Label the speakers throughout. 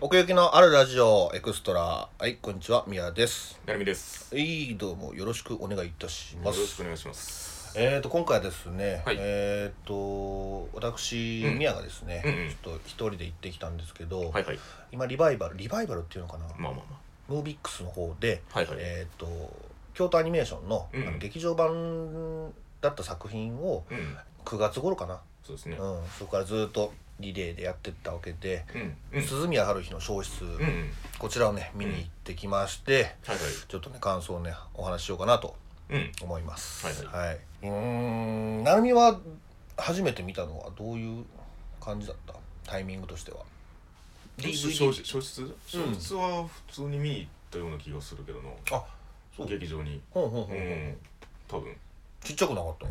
Speaker 1: 奥行きのあるラジオエクストラはいこんにちは宮です
Speaker 2: なるみです。
Speaker 1: はいどうもよろしくお願いいたし
Speaker 2: よ
Speaker 1: ま
Speaker 2: ろし
Speaker 1: す
Speaker 2: くお願いします。
Speaker 1: えーと今回はですね、
Speaker 2: はい
Speaker 1: えーと私、
Speaker 2: うん
Speaker 1: 宮がですね、
Speaker 2: うんうん
Speaker 1: ちょっと一人で行ってきたんですけど、
Speaker 2: はいはい。
Speaker 1: 今リバイバルリバイバルっていうのかな、
Speaker 2: まあまあま
Speaker 1: ムービックスの方で、
Speaker 2: あ。はいはい。
Speaker 1: えーと京都アニメーションの,、
Speaker 2: うん
Speaker 1: あの劇場版だった作品を
Speaker 2: うん。
Speaker 1: 9月頃かな、
Speaker 2: そうですね。
Speaker 1: うん、そこからずっとリレーでやってったわけで、
Speaker 2: うん。うん。
Speaker 1: 鈴宮春日の消失、
Speaker 2: うん。うん
Speaker 1: こちらをね見に行ってきまして、
Speaker 2: はいはい。
Speaker 1: ちょっとね感想をねお話ししようかなと
Speaker 2: うん。
Speaker 1: 思います、
Speaker 2: はい
Speaker 1: うーん成美は初めて見たのはどういう感じだったタイミングとしては
Speaker 2: 消失消失消失は普通に見に行ったような気がするけどな。
Speaker 1: あそう
Speaker 2: 劇場に。
Speaker 1: ほんほんほんほん、
Speaker 2: うん。多分。
Speaker 1: ちっちゃくなかった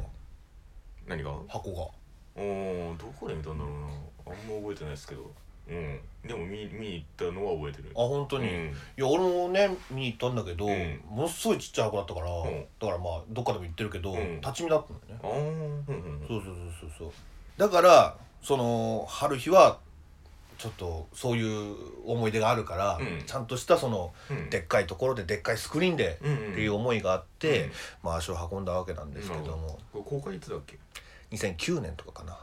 Speaker 2: 何が
Speaker 1: 箱が
Speaker 2: うん。どこで見たんだろうな。あんま覚えてないですけど。うん。でも見見に行ったのは覚えてる。
Speaker 1: あ本当
Speaker 2: う
Speaker 1: に、い
Speaker 2: ん。
Speaker 1: や俺もね見に行ったんだけど、
Speaker 2: うん
Speaker 1: ものすごいちっちゃい箱だったから、
Speaker 2: ん
Speaker 1: だからまあどっかでも行ってるけど、
Speaker 2: うん
Speaker 1: 立ち見だったんだよね
Speaker 2: ああ。うんうんうん。
Speaker 1: そうそうそうそうそうだからその春日はちょっとそういう思い出があるから、
Speaker 2: うん
Speaker 1: ちゃんとしたその
Speaker 2: うん
Speaker 1: でっかいところででっかいスクリーンで
Speaker 2: うんうん。
Speaker 1: っていう思いがあって、
Speaker 2: うん
Speaker 1: まあ、足を運んだわけなんですけど
Speaker 2: なる
Speaker 1: も、
Speaker 2: これ公開いつだっけ
Speaker 1: 2009年とかかな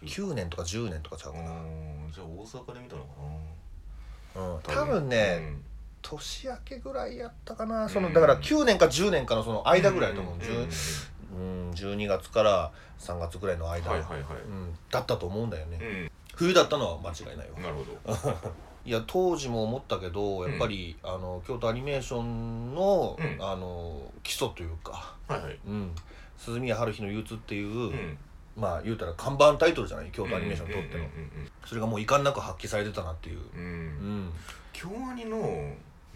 Speaker 2: ?2009。
Speaker 1: 9年とか10年とかちゃう
Speaker 2: う
Speaker 1: かな、
Speaker 2: ん。じゃあ大阪で見たのかな。
Speaker 1: うん多分ね、
Speaker 2: うん
Speaker 1: 年明けぐらいやったかなその、
Speaker 2: うん
Speaker 1: だから9年か10年かのその間ぐらいだと思う、
Speaker 2: んんん
Speaker 1: うん12月から3月ぐらいの間、
Speaker 2: はいはいは
Speaker 1: うん、だったと思うんだよね、
Speaker 2: い、う
Speaker 1: 冬だったのは間違いないわ
Speaker 2: ん、なるほど
Speaker 1: いや当時も思ったけどやっぱり、あの京都アニメーションの,、
Speaker 2: うん
Speaker 1: あの基礎というか、
Speaker 2: はいはい
Speaker 1: うん、鈴宮春日の憂鬱っていう、
Speaker 2: うん
Speaker 1: まあ言うたら看板タイトルじゃない京都アニメーションにとっての、
Speaker 2: うん
Speaker 1: それがもう遺憾なく発揮されてたなっていう、
Speaker 2: うんうん
Speaker 1: う
Speaker 2: うん
Speaker 1: ん、
Speaker 2: 京アニの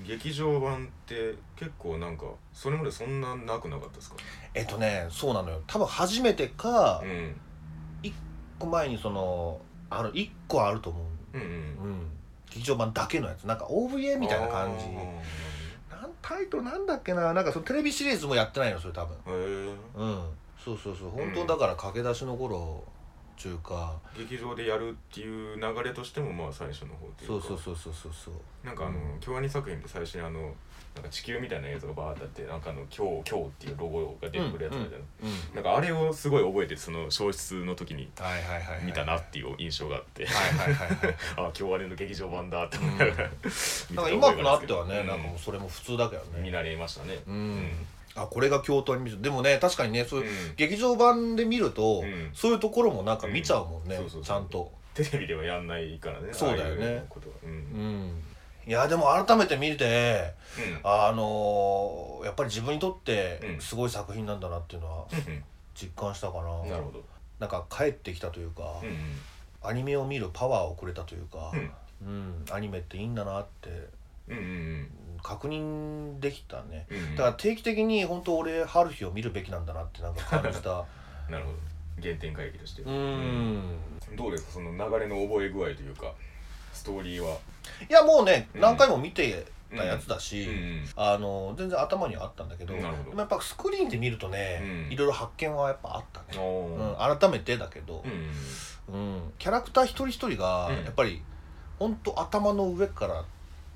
Speaker 2: 劇場版って結構なんかそれまでそんななくなかったですか
Speaker 1: えっとねそうなのよ多分初めてか
Speaker 2: うんうん
Speaker 1: 一個前にそのある1個あると思
Speaker 2: う
Speaker 1: う、うんん、劇場版だけのやつなんか OVA みたいな感じなんタイトルなんだっけななんかそのテレビシリーズもやってないのそれ多分
Speaker 2: じへ
Speaker 1: うんそうそうそう本
Speaker 2: う
Speaker 1: 当
Speaker 2: ん
Speaker 1: だから駆け出しの頃中華、
Speaker 2: え劇場でやるっていう流れとしてもまあ最初の方っていう
Speaker 1: そう
Speaker 2: か
Speaker 1: そうそうそうそうそう
Speaker 2: なんかあの京アニ作品って最初にあのなんか地球みたいな映像がバーってあってなんかあの「京京」っていうロゴが出てくるやつみたいな、
Speaker 1: うん
Speaker 2: なんかあれをすごい覚えてその消失の時に
Speaker 1: はいはいはいはい
Speaker 2: 見たなっていう印象があって、
Speaker 1: はいはいはい はい
Speaker 2: あ今日あれの劇場版だって思いながら、
Speaker 1: なんか今となってはね、
Speaker 2: うん
Speaker 1: なんかもうそれも普通だけど
Speaker 2: 見
Speaker 1: ね
Speaker 2: 慣れましたね
Speaker 1: う
Speaker 2: うん
Speaker 1: あこれが京都アニメーションでもね確かにねそううい
Speaker 2: ん
Speaker 1: う、劇場版で見ると、
Speaker 2: うん
Speaker 1: そういうところもなんか見ちゃうもんね、
Speaker 2: うんそうそうそう
Speaker 1: ちゃんと
Speaker 2: テレビではやんないからね
Speaker 1: そうだよね
Speaker 2: ああいうことはうん
Speaker 1: うんいやでも改めて見て
Speaker 2: うん
Speaker 1: あのーやっぱり自分にとって
Speaker 2: うん
Speaker 1: すごい作品なんだなっていうのは実感したかな、
Speaker 2: うんなるほど
Speaker 1: なんか帰ってきたというか、
Speaker 2: うん
Speaker 1: アニメを見るパワーをくれたというか、
Speaker 2: うん
Speaker 1: うんアニメっていいんだなって
Speaker 2: うんうん
Speaker 1: うん確認できたね
Speaker 2: うんうん
Speaker 1: だから定期的に本当俺春日を見るべきなんだなってなんか感じ た
Speaker 2: なるほど原点回帰として
Speaker 1: うーん
Speaker 2: どうですかその流れの覚え具合というかストーリーはい
Speaker 1: やもうね
Speaker 2: うん
Speaker 1: 何回も見てたやつだ
Speaker 2: う
Speaker 1: し、
Speaker 2: ん
Speaker 1: あの全然頭にはあったんだけど
Speaker 2: なるほど
Speaker 1: でもやっぱスクリーンで見るとね、
Speaker 2: うん
Speaker 1: いろいろ発見はやっぱあった
Speaker 2: あ
Speaker 1: ね、うん
Speaker 2: ー
Speaker 1: 改めてだけど
Speaker 2: う、ん
Speaker 1: うんキャラクター一人一人が
Speaker 2: うん
Speaker 1: やっぱり本当頭の上から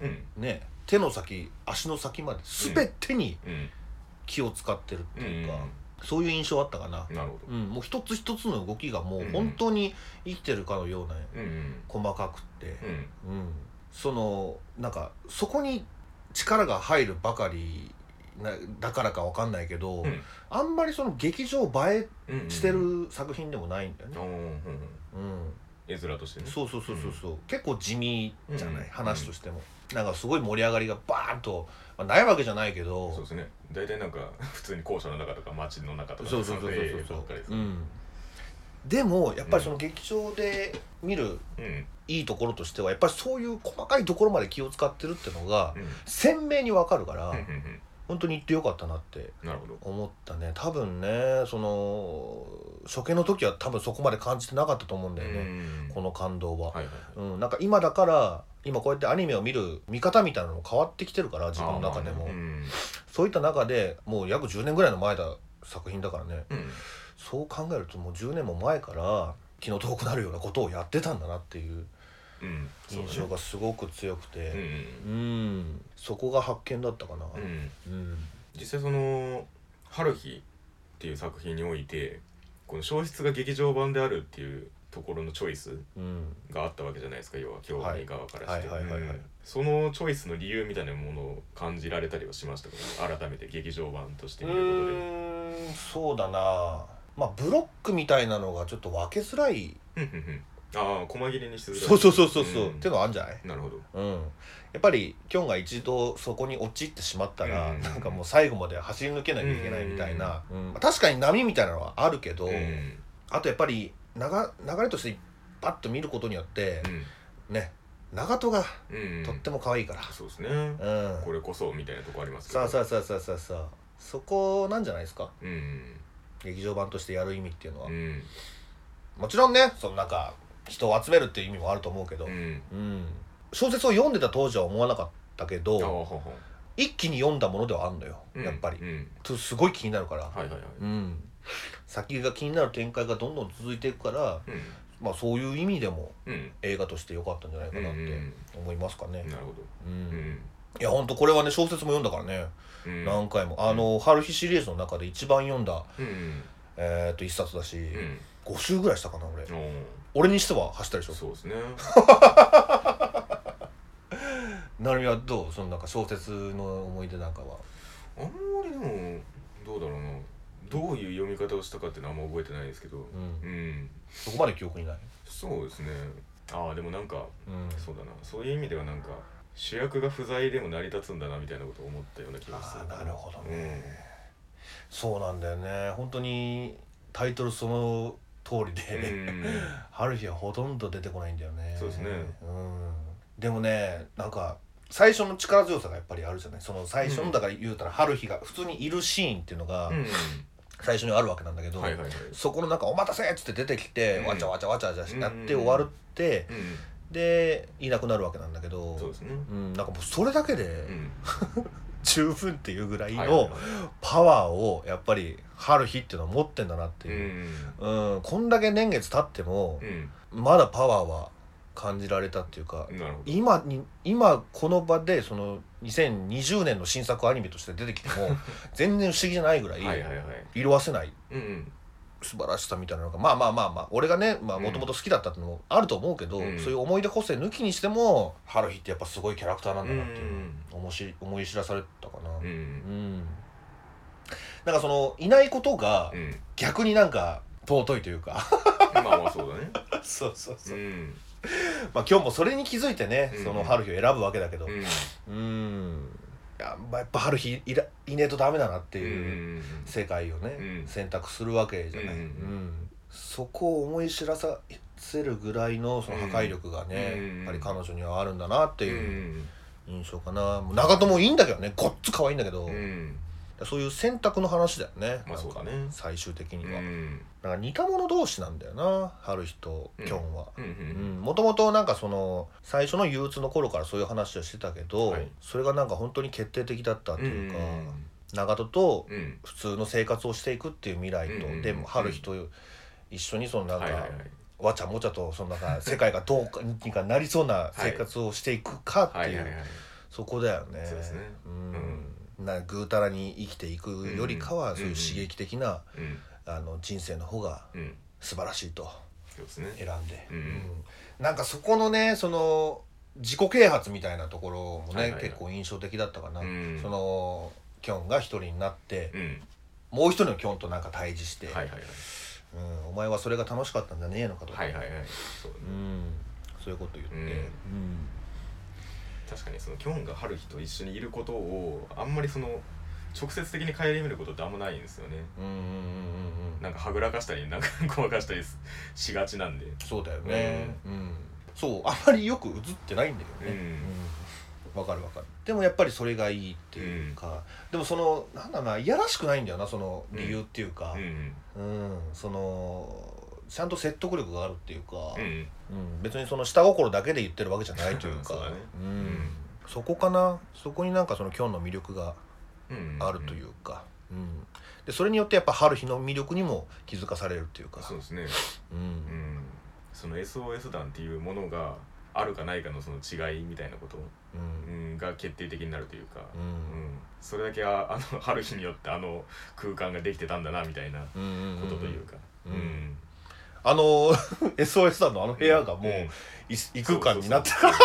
Speaker 2: うん
Speaker 1: ね手の先足の先まで全てに
Speaker 2: うん
Speaker 1: 気を使ってるって
Speaker 2: う
Speaker 1: い
Speaker 2: ん
Speaker 1: うか、そういう印象あったかな、
Speaker 2: なるほど
Speaker 1: うん、もう一つ一つの動きがもう
Speaker 2: うん
Speaker 1: 本当に生きてるかのような
Speaker 2: うんうん
Speaker 1: 細かくって、
Speaker 2: うん
Speaker 1: うん、そのなんかそこに力が入るばかりなだからかわかんないけど、
Speaker 2: うん
Speaker 1: あんまりその劇場映
Speaker 2: うんう
Speaker 1: え
Speaker 2: ん
Speaker 1: してる作品でもないんだよね
Speaker 2: あ、ーうんうん
Speaker 1: うん
Speaker 2: 絵面としてね
Speaker 1: そうそうそうそうそう結構地味じゃない、
Speaker 2: うん
Speaker 1: 話としてもなんかすごい盛り上がりがバーンと、まあ、ないわけじゃないけど
Speaker 2: そうですね大体なんか 普通に校舎の中とか街の中とか
Speaker 1: そうそうそうそう
Speaker 2: 撮影
Speaker 1: そ
Speaker 2: ば
Speaker 1: う
Speaker 2: っかりです
Speaker 1: う
Speaker 2: ね
Speaker 1: んでもやっぱりその劇場で見る
Speaker 2: うん
Speaker 1: いいところとしてはやっぱりそういう細かいところまで気を使ってるってのが
Speaker 2: うん
Speaker 1: 鮮明にわかるから、
Speaker 2: うんうん
Speaker 1: 本当に行ってよかったなって
Speaker 2: うんなるほど
Speaker 1: 思ったね多分ねその初見の時は多分そこまで感じてなかったと思うんだよね、
Speaker 2: うん
Speaker 1: この感動は、
Speaker 2: はいはい
Speaker 1: うん、なんか今だから今こうやってアニメを見る見方みたいなのも変わってきてるから自分の中でも、
Speaker 2: あーまあねうん
Speaker 1: そういった中でもう約10年ぐらいの前だ作品だからね
Speaker 2: うん
Speaker 1: そう考えるともう10年も前から気の遠くなるようなことをやってたんだなっていう
Speaker 2: ううんそうだね
Speaker 1: 印象がすごく強く
Speaker 2: うん
Speaker 1: てうんそこが発見だったかな
Speaker 2: うんうん
Speaker 1: うん
Speaker 2: 実際その「春日」っていう作品においてこの小説が劇場版であるっていうところのチョイス
Speaker 1: うん
Speaker 2: があったわけじゃないですか要は興味側からして
Speaker 1: はいはいはいはいはい
Speaker 2: そのチョイスの理由みたいなものを感じられたりはしましたか改めて劇場版として
Speaker 1: う
Speaker 2: 見るこ
Speaker 1: ーんそうだなまあブロックみたいなのがちょっと分けづらい
Speaker 2: とでふんふんふんああ細切れにしづらい
Speaker 1: そうそうそうそうそうっ
Speaker 2: ん
Speaker 1: ていうのはあるんじゃない
Speaker 2: なるほど
Speaker 1: うん、やっぱりキョンが一度そこに陥ってしまったら、
Speaker 2: うん
Speaker 1: なんかもう最後まで走り抜けなきゃいけないみたいな、
Speaker 2: うん
Speaker 1: まあ確かに波みたいなのはあるけど、
Speaker 2: うん
Speaker 1: あとやっぱり流流れとしてパッと見ることによって、ね長門が
Speaker 2: うんうん
Speaker 1: とっても可愛いから、
Speaker 2: そうですね
Speaker 1: うん
Speaker 2: これこそみたいなとこありますけど
Speaker 1: さあさあさあさあさあさあそこなんじゃないですか
Speaker 2: うん
Speaker 1: 劇場版としてやる意味っていうのは、
Speaker 2: うん
Speaker 1: もちろんねそのなんか人を集めるっていう意味もあると思うけど、
Speaker 2: う
Speaker 1: うん
Speaker 2: ん
Speaker 1: 小説を読んでた当時は思わなかったけ
Speaker 2: ああ
Speaker 1: ど
Speaker 2: はは
Speaker 1: 一気に読んだものではあるのよ、
Speaker 2: うん
Speaker 1: やっぱり
Speaker 2: うん
Speaker 1: ちょっとすごい気になるから、
Speaker 2: はいはいはい
Speaker 1: うん、先が気になる展開がどんどん続いていくから、
Speaker 2: う
Speaker 1: まあ、そういう意味でも
Speaker 2: んうん
Speaker 1: 映画として良かったんじゃないかなっ
Speaker 2: うんう
Speaker 1: て
Speaker 2: ん
Speaker 1: 思いますかね。
Speaker 2: なるほど
Speaker 1: うん
Speaker 2: うん
Speaker 1: いやほんとこれはね小説も読んだからね、
Speaker 2: うん
Speaker 1: 何回もあの「春日」シリーズの中で一番読んだ、
Speaker 2: うんうん
Speaker 1: えー、と一冊だし、
Speaker 2: うん
Speaker 1: 5週ぐらいしたかな俺
Speaker 2: おー
Speaker 1: 俺にしては走ったでしょ
Speaker 2: そうですね
Speaker 1: なるみはどうそのなんか小説の思い出なんかは
Speaker 2: あんまりでもどうだろうなどういう読み方をしたかっていうのはあんま覚えてないですけど
Speaker 1: うん
Speaker 2: うん
Speaker 1: そこまで記憶にない、
Speaker 2: そうですねああでもなんか
Speaker 1: うん
Speaker 2: そうだなそういう意味ではなんか主役が不在でも成り立つんだなみたいなことを思ったような気がする
Speaker 1: あーなるほどねそうなんだよね本当にタイトルその通り
Speaker 2: うん
Speaker 1: で、
Speaker 2: うん
Speaker 1: 春日はほとんど出てこないんだよね
Speaker 2: そうですね
Speaker 1: うんでもねなんか最初の力強さがやっぱりあるじゃないその最初
Speaker 2: う
Speaker 1: の
Speaker 2: ん
Speaker 1: だから言うたら春日が普通にいるシーンっていうのが
Speaker 2: う
Speaker 1: 最初にあるわけなんだけど、
Speaker 2: んはいはいはい
Speaker 1: そこのなんか「お待たせ!」っつって出てきて、
Speaker 2: うん
Speaker 1: わちゃわちゃわちゃわちゃやって
Speaker 2: うん
Speaker 1: 終わるって、
Speaker 2: う
Speaker 1: でいなくなるわけなんだけど
Speaker 2: んそうですね
Speaker 1: うん、なんかもうそれだけで
Speaker 2: うん
Speaker 1: 十分っていうぐらい
Speaker 2: はいはい
Speaker 1: の
Speaker 2: は
Speaker 1: パワーをやっぱり春日っていうのは持ってんだなって
Speaker 2: い
Speaker 1: いうう、
Speaker 2: ん
Speaker 1: うん、こんだけ年月経っても
Speaker 2: うん
Speaker 1: まだパワーは感じられたっていうか
Speaker 2: なるほど
Speaker 1: 今に今この場でその2020年の新作アニメとして出てきても全然不思議じゃないぐら
Speaker 2: はいはい
Speaker 1: い
Speaker 2: はい
Speaker 1: 色あせない
Speaker 2: うんうん
Speaker 1: 素晴らしさみたいなのがまあまあまあまあ俺がねも
Speaker 2: うん
Speaker 1: ともと好きだったってのもあると思うけど、
Speaker 2: うん
Speaker 1: そういう思い出補正抜きにしても春日ってやっぱすごいキャラクターなんだなっていううん思し思い知らされたかな。
Speaker 2: うん
Speaker 1: うん、なんかそのいないことが
Speaker 2: うん
Speaker 1: 逆になんか尊いというか
Speaker 2: まあまあそうだね
Speaker 1: そうそう
Speaker 2: う
Speaker 1: うん
Speaker 2: ん
Speaker 1: まあ今日もそれに気づいてね、
Speaker 2: うん
Speaker 1: その春日を選ぶわけだけど
Speaker 2: うん
Speaker 1: うんやまあやっぱ春日いらいねえとダメだなって
Speaker 2: うんう
Speaker 1: いうん
Speaker 2: うん
Speaker 1: 世界をね、
Speaker 2: うん
Speaker 1: 選択するわけじゃない、
Speaker 2: うん
Speaker 1: うんそこを思い知らさせるぐらいのその破壊力がね、
Speaker 2: うん
Speaker 1: やっぱり彼女にはあるんだなって
Speaker 2: う
Speaker 1: いうん印象かな、もう長友いいんだけどねごっつ可愛いんだけど、
Speaker 2: うん
Speaker 1: そういう選択の話だよね,、
Speaker 2: まあそうだね
Speaker 1: なんか最終的に
Speaker 2: う
Speaker 1: は、
Speaker 2: ん
Speaker 1: なんか似た者同士なんだよな春日とキョンは。
Speaker 2: うんう
Speaker 1: うんんもともとなんかその最初の憂鬱の頃からそういう話をしてたけど、
Speaker 2: はい
Speaker 1: それがなんか本当に決定的だったというか、
Speaker 2: うん
Speaker 1: 長門と
Speaker 2: うん
Speaker 1: 普通の生活をしていくっていう未来と、
Speaker 2: うん
Speaker 1: でも春日と一緒にそのなんか、
Speaker 2: はいはいはい
Speaker 1: わちゃもちゃとそのなんか世界がどうかにかなりそうな生活をしていくかって、
Speaker 2: はいいうはいはい
Speaker 1: そこだよね。
Speaker 2: そうですね
Speaker 1: うん、なぐうたらに生きていくよりか
Speaker 2: う
Speaker 1: は
Speaker 2: ん
Speaker 1: そういう刺激的な、
Speaker 2: うん
Speaker 1: あの人生の方が
Speaker 2: うん
Speaker 1: 素晴らしいと
Speaker 2: そうですね
Speaker 1: 選んで、
Speaker 2: うん
Speaker 1: なんかそこのねその自己啓発みたいなところもね、
Speaker 2: はいはいはい
Speaker 1: 結構印象的だったかな、
Speaker 2: うん
Speaker 1: そのキョンが一人になって
Speaker 2: う、ん
Speaker 1: もう一人のキョンとなんか対峙して、
Speaker 2: はいはいはい
Speaker 1: うん「お前はそれが楽しかったんじゃねえのか」とか、
Speaker 2: はいはいはいそうだ
Speaker 1: う
Speaker 2: ね
Speaker 1: ん、そういうこと言って、
Speaker 2: うん確かにそのキョンが春日と一緒にいることをあんまりその直接的に顧みることってあんまないんですよね
Speaker 1: うんうんうんうんうん
Speaker 2: なんかはぐらかしたりなんかごまかしたりすしがちなんで
Speaker 1: そうだよね、うんそうあまりよく映ってないんだよね
Speaker 2: うん
Speaker 1: うんわ、かるわかるでもやっぱりそれがいいっていうか、でもそのなんだろうないやらしくないんだよなその理由っていうか
Speaker 2: うんうん
Speaker 1: うん、そのちゃんと説得力があるっていうか、
Speaker 2: うん
Speaker 1: うん別にその下心だけで言ってるわけじゃないというか
Speaker 2: そうだね
Speaker 1: うん
Speaker 2: ん
Speaker 1: そこかなそこになんかその今日の魅力が
Speaker 2: うん
Speaker 1: あるというか、うんでそれによってやっぱ春日の魅力にも気づかされるっていうか
Speaker 2: そうですね
Speaker 1: うん
Speaker 2: うんその SOS 団っていうものがあるかないかのその違いみたいなこと、
Speaker 1: う
Speaker 2: うんん、が決定的になるというか、
Speaker 1: う
Speaker 2: うん
Speaker 1: ん
Speaker 2: それだけはあの春日によってあの空間ができてたんだなみたいなこ
Speaker 1: うんうん
Speaker 2: とというか、
Speaker 1: うんあの SOS さんのあの部屋がもう異異空間になって
Speaker 2: そうそう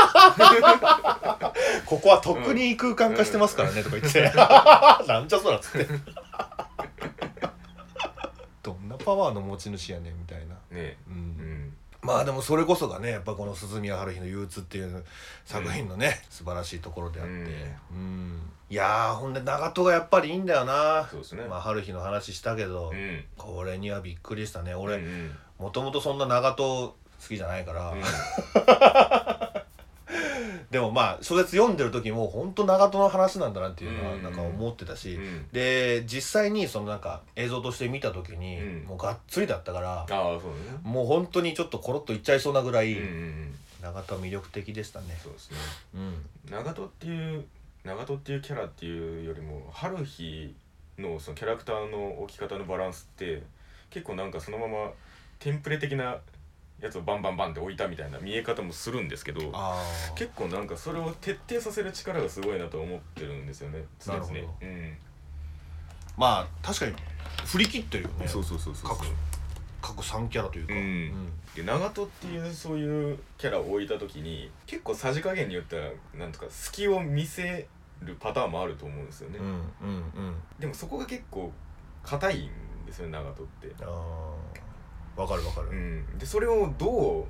Speaker 1: ここはとっくに異空間化してますからねとか言って なんじゃそらっつって どんなパワーの持ち主やねんみたいな、
Speaker 2: そうね
Speaker 1: うん
Speaker 2: うん
Speaker 1: まあでもそれこそがねやっぱこの「鈴宮春日の憂鬱」っていう作品のね、素晴らしいところであって、うんいやーほんで長門がやっぱりいいんだよな
Speaker 2: そうですね、
Speaker 1: まあ春日の話したけど、
Speaker 2: うん
Speaker 1: これにはびっくりしたね俺
Speaker 2: うんうん
Speaker 1: もともとそんな長門好きじゃないから、
Speaker 2: うん
Speaker 1: でもまあ小説読んでる時もほんと長門の話なんだなっていうのは
Speaker 2: うん
Speaker 1: なんか思ってたし、
Speaker 2: うん
Speaker 1: で実際にそのなんか映像として見た時に、
Speaker 2: うん
Speaker 1: もうがっつりだったから
Speaker 2: ああそうだね
Speaker 1: もう本当にちょっとコロッといっちゃいそうなぐらい、
Speaker 2: うんうんうん
Speaker 1: 長門は魅力的でしたね、
Speaker 2: そうですね
Speaker 1: うん、
Speaker 2: 長門っていう長門っていうキャラっていうよりも春日のそのキャラクターの置き方のバランスって結構なんかそのままテンプレ的なやつをバンバンバンって置いたみたいな見え方もするんですけど
Speaker 1: ああ
Speaker 2: 結構なんかそれを徹底させる力がすごいなと思ってるんですよね常々
Speaker 1: なるほ
Speaker 2: うん
Speaker 1: まあ確かに振り切ってるよね
Speaker 2: そうそうそうそう
Speaker 1: 各各3キャラというか、
Speaker 2: うんで長門っていうそういうキャラを置いた時に結構さじ加減によってはなんとか隙を見せるパターンもあると思うんですよね、
Speaker 1: うんうんうん
Speaker 2: でもそこが結構硬いんですよね長門って、
Speaker 1: ああわかるわかる、
Speaker 2: うん、でそれをどう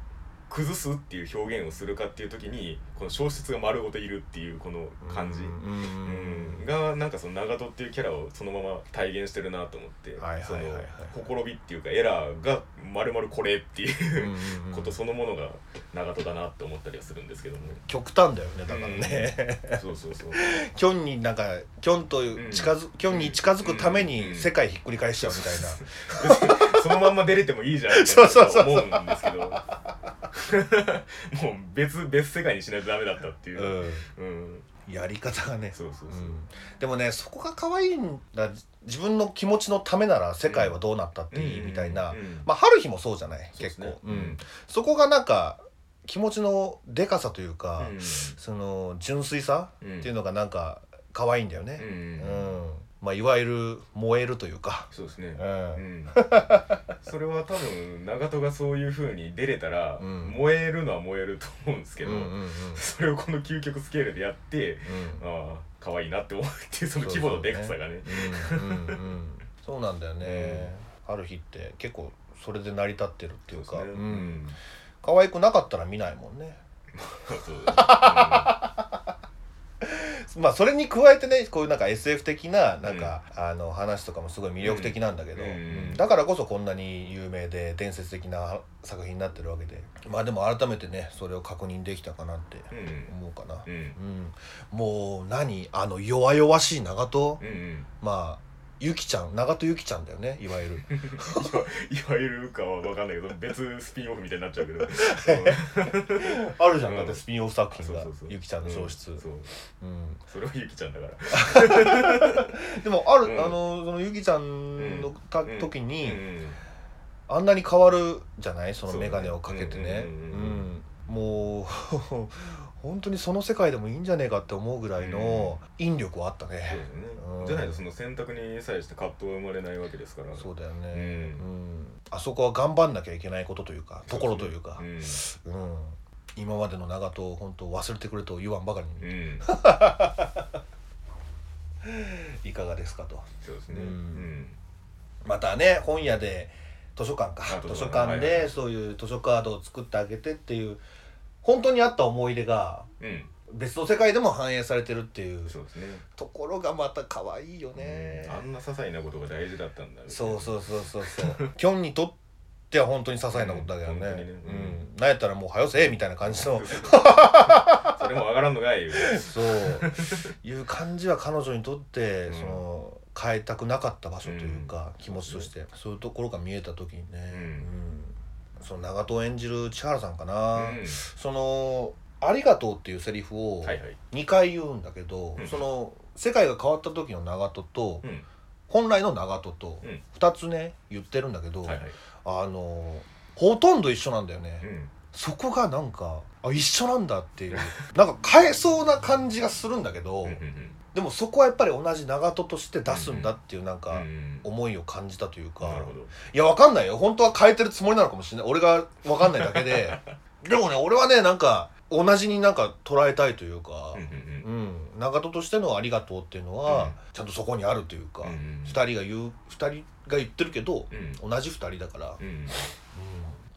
Speaker 2: 崩すっていう表現をするかっていう時にこの小説が丸ごといるっていうこの感じ、
Speaker 1: うん
Speaker 2: うんがなんかその長門っていうキャラをそのまま体現してるなと思って
Speaker 1: はい
Speaker 2: そ
Speaker 1: はい
Speaker 2: の
Speaker 1: はいはい
Speaker 2: ほころびっていうかエラーが丸々これっていう
Speaker 1: うん うん
Speaker 2: ことそのものが長門だなって思ったりはするんですけど も
Speaker 1: 極端だよねだからね、
Speaker 2: そうそうそう
Speaker 1: キョンになんかキョンと近づ、キョンに近づくため
Speaker 2: うん
Speaker 1: に世界ひっくり返しちゃうみたいな、
Speaker 2: そのまんま出れてもいいじゃんって
Speaker 1: そうそうそう
Speaker 2: 思うんですけどもう別別世界にしないとダメだったっていう、うん、
Speaker 1: やり方がね
Speaker 2: そうそう
Speaker 1: う
Speaker 2: そう、
Speaker 1: んでもねそこが可愛いんだ自分の気持ちのためなら世界はどうなったっていいみたいな、
Speaker 2: うん
Speaker 1: まあ春日もそうじゃない
Speaker 2: そうで
Speaker 1: 結
Speaker 2: す
Speaker 1: 構
Speaker 2: ね
Speaker 1: そ,、うん、そこがなんか気持ちのでかさという
Speaker 2: う
Speaker 1: か、
Speaker 2: ん
Speaker 1: その純粋さ
Speaker 2: うん
Speaker 1: っていうのがなんか可愛いんだよ
Speaker 2: う
Speaker 1: ね、うん
Speaker 2: ん
Speaker 1: まあ、いわゆる燃えるというか、
Speaker 2: そうですね、
Speaker 1: うん
Speaker 2: うんそれは多分長門がそういう風に出れたら、
Speaker 1: うん
Speaker 2: 燃えるのは燃えると思うんですけど、
Speaker 1: うんうんうん
Speaker 2: それをこの究極スケールでやって
Speaker 1: うん
Speaker 2: ああ可愛いなって思うっていうその規模のでかさがね
Speaker 1: うんうんうんそうなんだよね、春日って結構それで成り立ってるっていうか
Speaker 2: そうです
Speaker 1: う
Speaker 2: ねうんん
Speaker 1: 可愛くなかったら見ないもんね
Speaker 2: そうだ
Speaker 1: まあそれに加えてねこういうなんか SF 的ななんか、あの話とかもすごい魅力的なんだけど、
Speaker 2: うんうん
Speaker 1: だからこそこんなに有名で伝説的な作品になってるわけでまあでも改めてねそれを確認できたかなって
Speaker 2: ねうん
Speaker 1: 思うかな、
Speaker 2: うんうん
Speaker 1: うんもう何あの弱々しい長門、
Speaker 2: うんうん
Speaker 1: まあゆきちゃん長門ゆきちゃんだよねいわゆる
Speaker 2: いわゆるかは分かんないけど別スピンオフみたいになっちゃうけどうん
Speaker 1: あるじゃん
Speaker 2: うん
Speaker 1: だってスピンオフ作品が
Speaker 2: そうそうそう
Speaker 1: ゆきちゃんの消失、
Speaker 2: うんそう
Speaker 1: うん
Speaker 2: それはゆきちゃんだから
Speaker 1: でもある、
Speaker 2: うん
Speaker 1: あのそのゆきちゃんのた、
Speaker 2: うん
Speaker 1: 時
Speaker 2: う
Speaker 1: に、
Speaker 2: ん
Speaker 1: あんなに変わるじゃないその
Speaker 2: そう
Speaker 1: 眼
Speaker 2: ね
Speaker 1: 鏡をかけてね
Speaker 2: うんうん
Speaker 1: うんもう 本当にその世界でもいいんじゃねえかって思うぐらいの引力はあった
Speaker 2: そうで
Speaker 1: ね、
Speaker 2: すね
Speaker 1: うん
Speaker 2: じゃないとその選択にさえして葛藤は生まれないわけですから
Speaker 1: そううだよ
Speaker 2: う
Speaker 1: ね、うん
Speaker 2: ん
Speaker 1: あそこは頑張んなきゃいけないことというかところというか
Speaker 2: うん
Speaker 1: うん、今までの長門を本当忘れてくれと言わんばかり
Speaker 2: う
Speaker 1: に、
Speaker 2: ん
Speaker 1: いかがですかと
Speaker 2: そうですね
Speaker 1: う
Speaker 2: うんん
Speaker 1: またね本屋で図書館か
Speaker 2: あ
Speaker 1: 図
Speaker 2: 図
Speaker 1: 書
Speaker 2: 書館
Speaker 1: 館
Speaker 2: はいは
Speaker 1: で
Speaker 2: い
Speaker 1: そういう図書カードを作ってあげてっていう本当にあった思い出が
Speaker 2: うん
Speaker 1: 別の世界でも反映されてるっていう
Speaker 2: そうですね
Speaker 1: ところがまた可愛いよね
Speaker 2: うんあんな些細なことが大事だったんだ
Speaker 1: そう
Speaker 2: う
Speaker 1: そうそうそうそう キョンにとっては本当に些細なことだけどね,、
Speaker 2: うん
Speaker 1: うん
Speaker 2: 本当にねうん
Speaker 1: なんやったらもう「はよせ」みたいな感じの
Speaker 2: それも上がらんのかい言うて
Speaker 1: そういう感じは彼女にとって、
Speaker 2: うん
Speaker 1: その変えたくなかった場所というか、気持ちとしてそういうところが見えた時にね、
Speaker 2: うん
Speaker 1: うんその長門を演じる千原さんかな、
Speaker 2: うん
Speaker 1: その「ありがとう」っていうセリフを
Speaker 2: はいはい
Speaker 1: 2回言うんだけど、
Speaker 2: うん
Speaker 1: その世界が変わった時の長門と、
Speaker 2: うん
Speaker 1: 本来の長門と
Speaker 2: うん
Speaker 1: 2つね言ってるんだけど、
Speaker 2: はいはい
Speaker 1: あのほとんど一緒なんだよね。
Speaker 2: うん
Speaker 1: そこがなんかあ一緒なんだっていうなんか変えそうな感じがするんだけど、
Speaker 2: うんうん
Speaker 1: でもそこはやっぱり同じ長門として出すんだっていうなん
Speaker 2: う
Speaker 1: か
Speaker 2: ん
Speaker 1: 思いを感じたというか、
Speaker 2: なるほど
Speaker 1: いやわかんないよ本当は変えてるつもりなのかもしれない俺がわかんないだけ ででもね俺はねなんか同じになんか捉えたいというか
Speaker 2: うん、うん
Speaker 1: うん長門としての「ありがとう」っていうのは、
Speaker 2: うん
Speaker 1: ちゃんとそこにあるというか、
Speaker 2: うんうん
Speaker 1: 2人が言う2人が言ってるけど
Speaker 2: うん
Speaker 1: 同じ2人だから、
Speaker 2: うんうん
Speaker 1: っ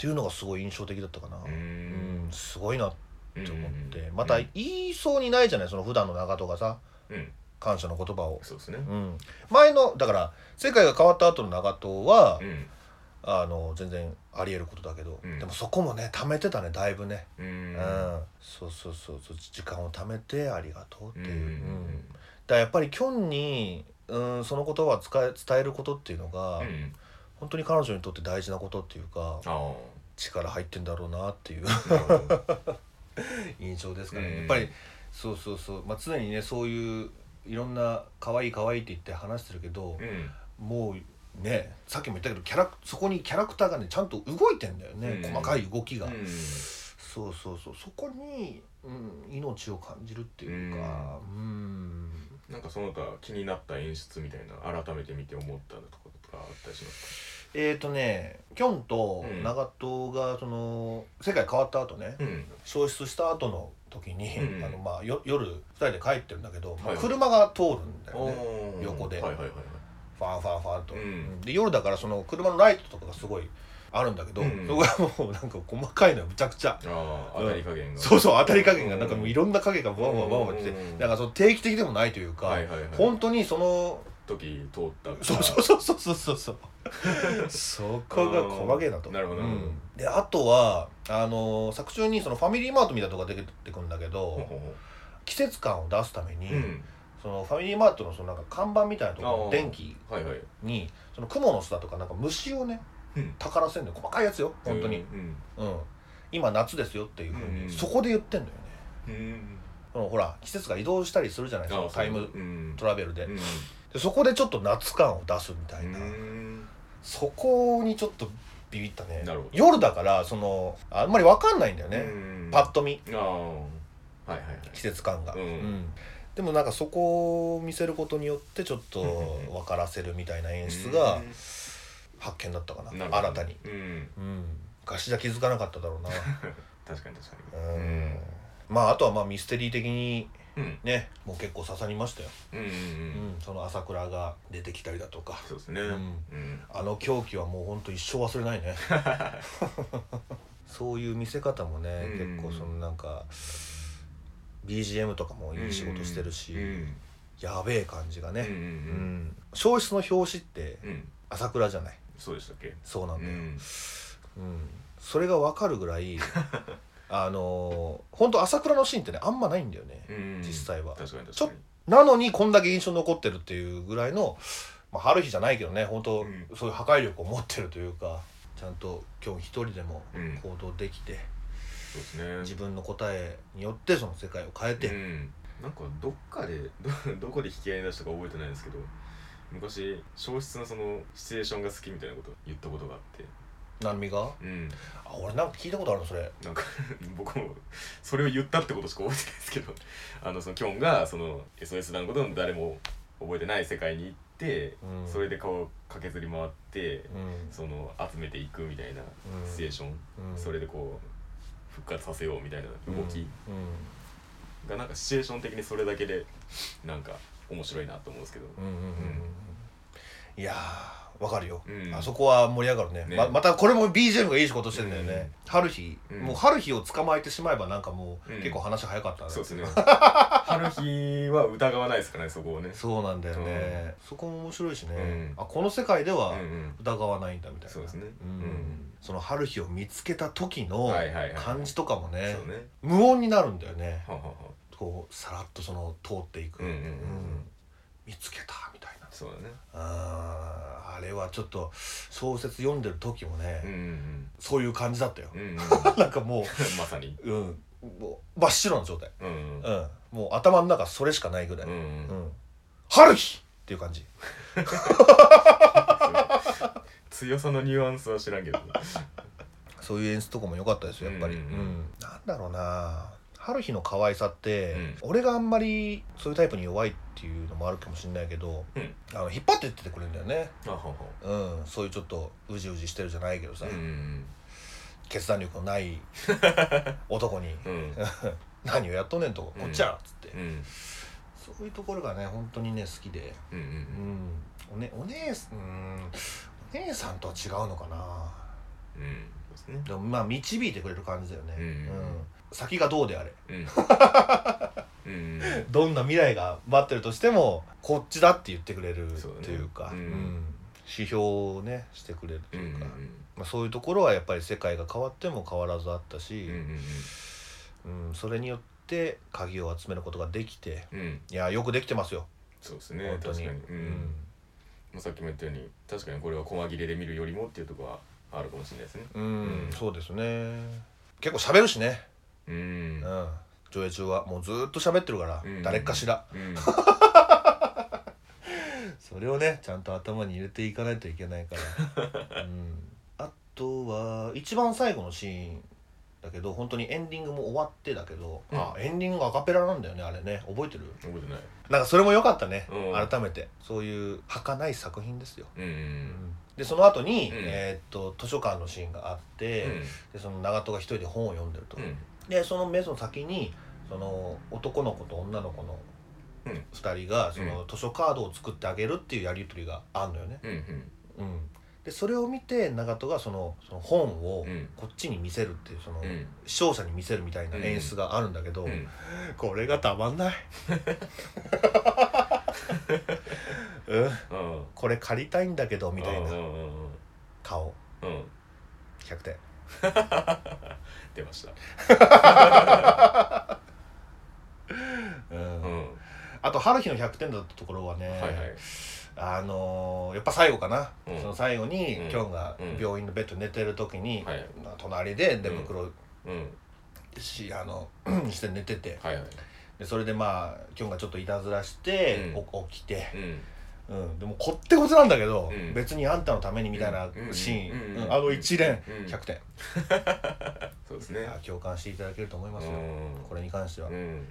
Speaker 1: ていうのがすごい印象的だったかな、
Speaker 2: うん
Speaker 1: うんすごいなって思って、
Speaker 2: うん
Speaker 1: また
Speaker 2: うん
Speaker 1: 言いそうにないじゃないその普段の長門がさ
Speaker 2: うん
Speaker 1: 感謝の言葉を、
Speaker 2: そうですね
Speaker 1: うん、前のだから世界が変わった後の長門は、
Speaker 2: うん
Speaker 1: あの全然ありえることだけど、
Speaker 2: うん
Speaker 1: でもそこもね貯めてたねだいぶね、
Speaker 2: う
Speaker 1: うん
Speaker 2: ん
Speaker 1: そうそうそうそう時間を貯めてありがとうっていう、
Speaker 2: うん
Speaker 1: うんだからやっぱりキョンに、うん、その言葉を使え伝えることっていうのが、
Speaker 2: うん
Speaker 1: 本当に彼女にとって大事なことっていうか
Speaker 2: ああ
Speaker 1: 力入ってんだろうなっていう
Speaker 2: なるほど
Speaker 1: 印象ですかね、
Speaker 2: うん
Speaker 1: やっぱりそうそうそう、まあ、常にねそういういろんな可愛い可愛いって言って話してるけど
Speaker 2: う、ん
Speaker 1: もうねさっきも言ったけどキャラそこにキャラクターがねちゃんと動いてんだよね、
Speaker 2: うん
Speaker 1: 細かい動きが。
Speaker 2: うん
Speaker 1: そうそうそうそこに、うん、命を感じるっていうかうん
Speaker 2: なんかその他気になった演出みたいな改めて見て思ったとこととかあったりします
Speaker 1: えー、とねキョンと
Speaker 2: うん
Speaker 1: 長門がその世界変わった後ね、
Speaker 2: かうん
Speaker 1: 消失した後の時に、
Speaker 2: うん
Speaker 1: あのまあ、よ夜2人で帰ってるんだけど、まあ
Speaker 2: はい
Speaker 1: 車が通るんだよね
Speaker 2: おー
Speaker 1: 横で
Speaker 2: はいはいはいはい
Speaker 1: ファーファーファーと、
Speaker 2: うん
Speaker 1: で夜だからその車のライトとかがすごいあるんだけど、
Speaker 2: うん
Speaker 1: そこがもうなんか細かいのよむちゃくちゃ。
Speaker 2: ああ
Speaker 1: うん
Speaker 2: 当たり加減が
Speaker 1: そう
Speaker 2: そ
Speaker 1: そう当たり加減がなんかもういろんな影がバンバンバンバンってて
Speaker 2: うん
Speaker 1: なんかその定期的でもないというか、
Speaker 2: はいはいはい
Speaker 1: 本当にその
Speaker 2: 時通ったから
Speaker 1: そうそうそうそうそうそうそうそこが細けえなと
Speaker 2: あーなるほ
Speaker 1: う
Speaker 2: どなるほど
Speaker 1: ん、であとはあのー作中にそのファミリーマートみたいなとこが出てくるんだけ
Speaker 2: ほう
Speaker 1: ど
Speaker 2: ほうほ
Speaker 1: 季節感を出すために、
Speaker 2: ううん
Speaker 1: そのファミリーマートのそのなんか看板みたいなところ
Speaker 2: あ
Speaker 1: の
Speaker 2: ー
Speaker 1: 電気
Speaker 2: はいはい
Speaker 1: にその蜘蛛の巣だとかなんか虫をね
Speaker 2: うん
Speaker 1: 宝せんのよ細かいやつよ本当に、
Speaker 2: うん
Speaker 1: うん今夏ですよっていうふうに、
Speaker 2: うん
Speaker 1: そこで言ってんだよね
Speaker 2: うん
Speaker 1: そのほら季節が移動したりするじゃないです
Speaker 2: あ
Speaker 1: か
Speaker 2: あ
Speaker 1: タイム
Speaker 2: ム
Speaker 1: トラベルで,、
Speaker 2: うん
Speaker 1: でそこでちょっと夏感を出すみた
Speaker 2: う
Speaker 1: いな、
Speaker 2: ん
Speaker 1: そこにちょっとビビったね
Speaker 2: なるほど
Speaker 1: 夜だからそのあんまり分かんないんだよね、
Speaker 2: うん
Speaker 1: パッと見
Speaker 2: ああはいはいはい
Speaker 1: 季節感が、
Speaker 2: うん
Speaker 1: でもなんかそこを見せることによってちょっと
Speaker 2: うん
Speaker 1: 分からせるみたいな演出が発見だったかな,、
Speaker 2: うんなるほど
Speaker 1: 新たに
Speaker 2: うん
Speaker 1: うん昔じゃ気づかなかっただろうな
Speaker 2: 確かに確か
Speaker 1: うん
Speaker 2: にうん
Speaker 1: まああとはまあミステリー的に
Speaker 2: うん
Speaker 1: ねもう結構刺さりましたよ、
Speaker 2: うんうんうん
Speaker 1: うんその朝倉が出てきたりだとか
Speaker 2: そうですね
Speaker 1: う
Speaker 2: うんん
Speaker 1: あの狂気はもうほんと一生忘れないね そういう見せ方もね
Speaker 2: うん
Speaker 1: 結構そのなんか BGM とかもいい仕事してるし、
Speaker 2: うん
Speaker 1: やべえ感じが
Speaker 2: う
Speaker 1: ね、うん
Speaker 2: ん
Speaker 1: 消失の表紙って
Speaker 2: うんうん
Speaker 1: 朝倉じゃない
Speaker 2: そうでしたっけ
Speaker 1: そうなん
Speaker 2: う
Speaker 1: だよ、
Speaker 2: ん
Speaker 1: うんそれが分かるぐら いあのー、ほんと朝倉のシーンってねあんまないんだよね、
Speaker 2: うん
Speaker 1: 実際は
Speaker 2: 確かに確
Speaker 1: ちょっ
Speaker 2: かに
Speaker 1: なのにこんだけ印象に残ってるっていうぐらいの、まあ、春日じゃないけどね本当
Speaker 2: うん
Speaker 1: そういう破壊力を持ってるというかちゃんと今日一人でも
Speaker 2: うん
Speaker 1: 行動できて、
Speaker 2: そうですね
Speaker 1: 自分の答えによってその世界を変えて、
Speaker 2: うん、なんかどっかで どどこで引き合いに出したか覚えてないんですけど昔消失のそのシチュエーションが好きみたいなこと言ったことがあって
Speaker 1: なるみが
Speaker 2: うん
Speaker 1: あ俺なんか聞いたことあるのそれ
Speaker 2: なんか僕もそれを言ったってことしか覚えてないですけどあのそのキョンがその SOS 団子との誰も覚えてない世界に行って、
Speaker 1: うん
Speaker 2: それで顔を駆けずり回って
Speaker 1: うん、
Speaker 2: その集めていくみたいな
Speaker 1: うん
Speaker 2: シチュエーション、
Speaker 1: うん
Speaker 2: それでこう復活させようみたいな動き、
Speaker 1: うん
Speaker 2: がなんかシチュエーション的にそれだけでなんか面白いなと思うんですけど、
Speaker 1: うんうんうんうんうんいやーわかるよ、
Speaker 2: うん
Speaker 1: あそこは盛り上がるね
Speaker 2: ね
Speaker 1: ままたこれも BGM がいい仕事してんだよね、春日、
Speaker 2: うん
Speaker 1: もう春日を捕まえてしまえばなんかもう、
Speaker 2: うん
Speaker 1: 結構話早かったね
Speaker 2: そうですね春日は疑わないですからねそこをね
Speaker 1: そうなんだよね、そこも面白いしね、
Speaker 2: う
Speaker 1: あこの世界では
Speaker 2: うんうん
Speaker 1: 疑わないんだみたいな
Speaker 2: そうですね
Speaker 1: うん
Speaker 2: うん
Speaker 1: その春日を見つけた時の
Speaker 2: はいはいはい
Speaker 1: 感じとかもね,、
Speaker 2: そうね
Speaker 1: 無音になるんだよね
Speaker 2: ははは
Speaker 1: こうさらっとその通っていく、
Speaker 2: うんうんうんうん
Speaker 1: 見つけたみたいな
Speaker 2: そうだね
Speaker 1: あーあれはちょっと小説読んでる時もね、
Speaker 2: うんうん
Speaker 1: そういう感じだったよ
Speaker 2: う、んうんうん
Speaker 1: なんかも
Speaker 2: まさに
Speaker 1: う,、うん、もう真っ白な状態、
Speaker 2: うんうん
Speaker 1: うん、もう頭の中それしかないぐらい、
Speaker 2: うんうん
Speaker 1: うん、春日っていう感じ
Speaker 2: 強さのニュアンスは知らんけど
Speaker 1: そうそういう演出とかも良かったですよやっぱり、
Speaker 2: う
Speaker 1: うんん
Speaker 2: うんうん
Speaker 1: なんだろうな春日の可愛さって、
Speaker 2: うん
Speaker 1: 俺があんまりそういうタイプに弱いっていうのもあるかもしれないけど、
Speaker 2: うん
Speaker 1: あの引っ張ってっててくれるんだよね、
Speaker 2: あはは
Speaker 1: うん、そういうちょっとうじうじしてるじゃないけどさ、
Speaker 2: うん
Speaker 1: 決断力のない 男に
Speaker 2: うんうん
Speaker 1: 「何をやっとんねん」と「こっちや」っつって、
Speaker 2: うん
Speaker 1: そういうところがね本当にね好きで、
Speaker 2: うんう
Speaker 1: うんん、おねお姉すうんお姉さんとは違うのかな
Speaker 2: うんそうですね
Speaker 1: でもまあ導いてくれる感じだよね、
Speaker 2: うん
Speaker 1: 先がどうであれ
Speaker 2: うんうん
Speaker 1: どんな未来が待ってるとしてもこっちだって言ってくれる
Speaker 2: そうだね
Speaker 1: というか
Speaker 2: うん
Speaker 1: 指標をねしてくれると
Speaker 2: うんうん
Speaker 1: いうか、
Speaker 2: うん
Speaker 1: まあ、そういうところはやっぱり世界が変わっても変わらずあったし、
Speaker 2: うん
Speaker 1: うん、それによって鍵を集めることができて
Speaker 2: うんうん
Speaker 1: いやよくできてますよ
Speaker 2: そうです
Speaker 1: 本
Speaker 2: ね
Speaker 1: 当
Speaker 2: 確か
Speaker 1: に
Speaker 2: にうんまあさっきも言ったように確かにこれは細切れで見るよりもっていうところはあるかもしれないですね
Speaker 1: うん、
Speaker 2: うん
Speaker 1: そうですね結構喋るしね、
Speaker 2: うん
Speaker 1: うん、上映中はもうずーっと喋ってるから、
Speaker 2: うん
Speaker 1: 誰かしら
Speaker 2: うん
Speaker 1: それをねちゃんと頭に入れていかないといけない から、うん、あとは一番最後のシーンだけど本当にエンディングも終わってだけど、
Speaker 2: うん
Speaker 1: あエンディングがアカペラなんだよねあれね覚えてる
Speaker 2: 覚えてない
Speaker 1: なんかそれも良かったね、
Speaker 2: うん
Speaker 1: 改めてそういう儚い作品ですよ、
Speaker 2: うんうん
Speaker 1: でその後に、
Speaker 2: うん
Speaker 1: えーっと図書館のシーンがあって、でその長門が一人で本を読んでると、
Speaker 2: うんうん
Speaker 1: でその目の先にその男の子と女の子の
Speaker 2: うん
Speaker 1: 2人がその図書カードを作ってあげるっていうやり取りがあるのよね、
Speaker 2: うんうん
Speaker 1: うん、でそれを見て長門がそのその本を
Speaker 2: うん
Speaker 1: こっちに見せるっていうその、
Speaker 2: うん
Speaker 1: 視聴者に見せるみたいな演出があるんだけど、
Speaker 2: うん
Speaker 1: これがたまんない、うん、
Speaker 2: あ
Speaker 1: これ借りたいんだけど
Speaker 2: あ
Speaker 1: みたい
Speaker 2: うん
Speaker 1: な
Speaker 2: うん
Speaker 1: 顔
Speaker 2: うんうん
Speaker 1: 100点
Speaker 2: 出ました
Speaker 1: うん
Speaker 2: うん
Speaker 1: あと春日の100点だったところはね、
Speaker 2: はいはい
Speaker 1: あのーやっぱ最後かな、
Speaker 2: うん
Speaker 1: その最後に、
Speaker 2: うん
Speaker 1: キョンが
Speaker 2: うん
Speaker 1: 病院のベッドに寝てる時に、
Speaker 2: はい
Speaker 1: 隣で寝袋
Speaker 2: うん
Speaker 1: し、あの して寝てて
Speaker 2: はいはい
Speaker 1: でそれでまあキョンがちょっといたずらして、
Speaker 2: うん
Speaker 1: お起きて、う
Speaker 2: うん
Speaker 1: ん、でもこってこてなんだけど、
Speaker 2: うん
Speaker 1: 別にあんたのためにみたいな
Speaker 2: うん
Speaker 1: シーン、
Speaker 2: うん
Speaker 1: うんあの一連
Speaker 2: うん
Speaker 1: 100点、
Speaker 2: そうですね
Speaker 1: あ共感していただけると思いますよ、
Speaker 2: うん
Speaker 1: これに関しては、う
Speaker 2: うんん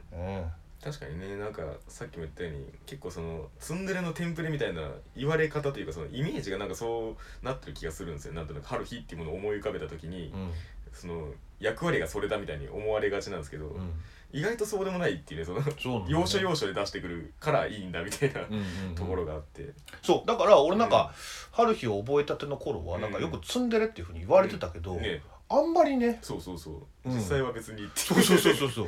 Speaker 2: 確かにねなんかさっきも言ったように結構そのツンデレのテンプレみたいな言われ方というかそのイメージがなんかそうなってる気がするんですよなんとなく春日っていうものを思い浮かべた時に、
Speaker 1: うん
Speaker 2: その役割がそれだみたいに思われがちなんですけど、
Speaker 1: うん
Speaker 2: 意外とそうでもないっていうねその
Speaker 1: そうなんだよね
Speaker 2: 要所要所で出してくるからいいんだみたいな、
Speaker 1: うんうんうん
Speaker 2: ところがあって
Speaker 1: そうだから俺なんか、春日を覚えたての頃はなんかよくツンデレっていうふうに言われてたけど、
Speaker 2: ね
Speaker 1: あんまりね
Speaker 2: そうそうそう、
Speaker 1: うん
Speaker 2: 実際は別にってい
Speaker 1: そうそうそうそうそう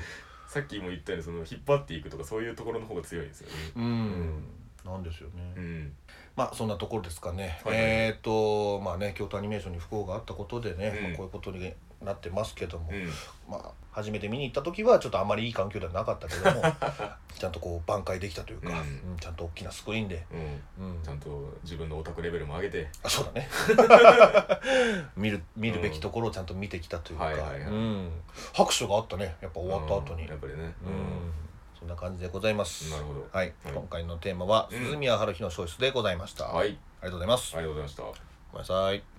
Speaker 2: さっきも言ったようにその引っ張っていくとかそういうところの方が強いんですよね
Speaker 1: うん、
Speaker 2: ん
Speaker 1: なんですよね、
Speaker 2: うん
Speaker 1: まあそんなところですかね、
Speaker 2: はいはい
Speaker 1: えっ、とまあね京都アニメーションに不幸があったことでね、
Speaker 2: うん
Speaker 1: まあ、こういうことになってますけども、
Speaker 2: うん
Speaker 1: まあ初めて見に行った時はちょっとあまりいい環境ではなかったけど もちゃんとこう挽回できたというか、
Speaker 2: うん
Speaker 1: うんちゃんと大きなスクリーンで、
Speaker 2: うん
Speaker 1: うん
Speaker 2: ちゃんと自分のオタクレベルも上げて
Speaker 1: あそうだ ね見る見るべきところをちゃんと見てきたというか、
Speaker 2: はいはいはい
Speaker 1: うん、拍手があったねやっぱ終わった後に、
Speaker 2: うんやっぱりね
Speaker 1: うんそんな感じでございます
Speaker 2: なるほど
Speaker 1: はい、
Speaker 2: はい
Speaker 1: 今回のテーマは「
Speaker 2: うん
Speaker 1: 鈴宮春日の消失」でございました、
Speaker 2: は
Speaker 1: あ
Speaker 2: いあ
Speaker 1: りがとうございます
Speaker 2: りがとうございました
Speaker 1: ごめんなさい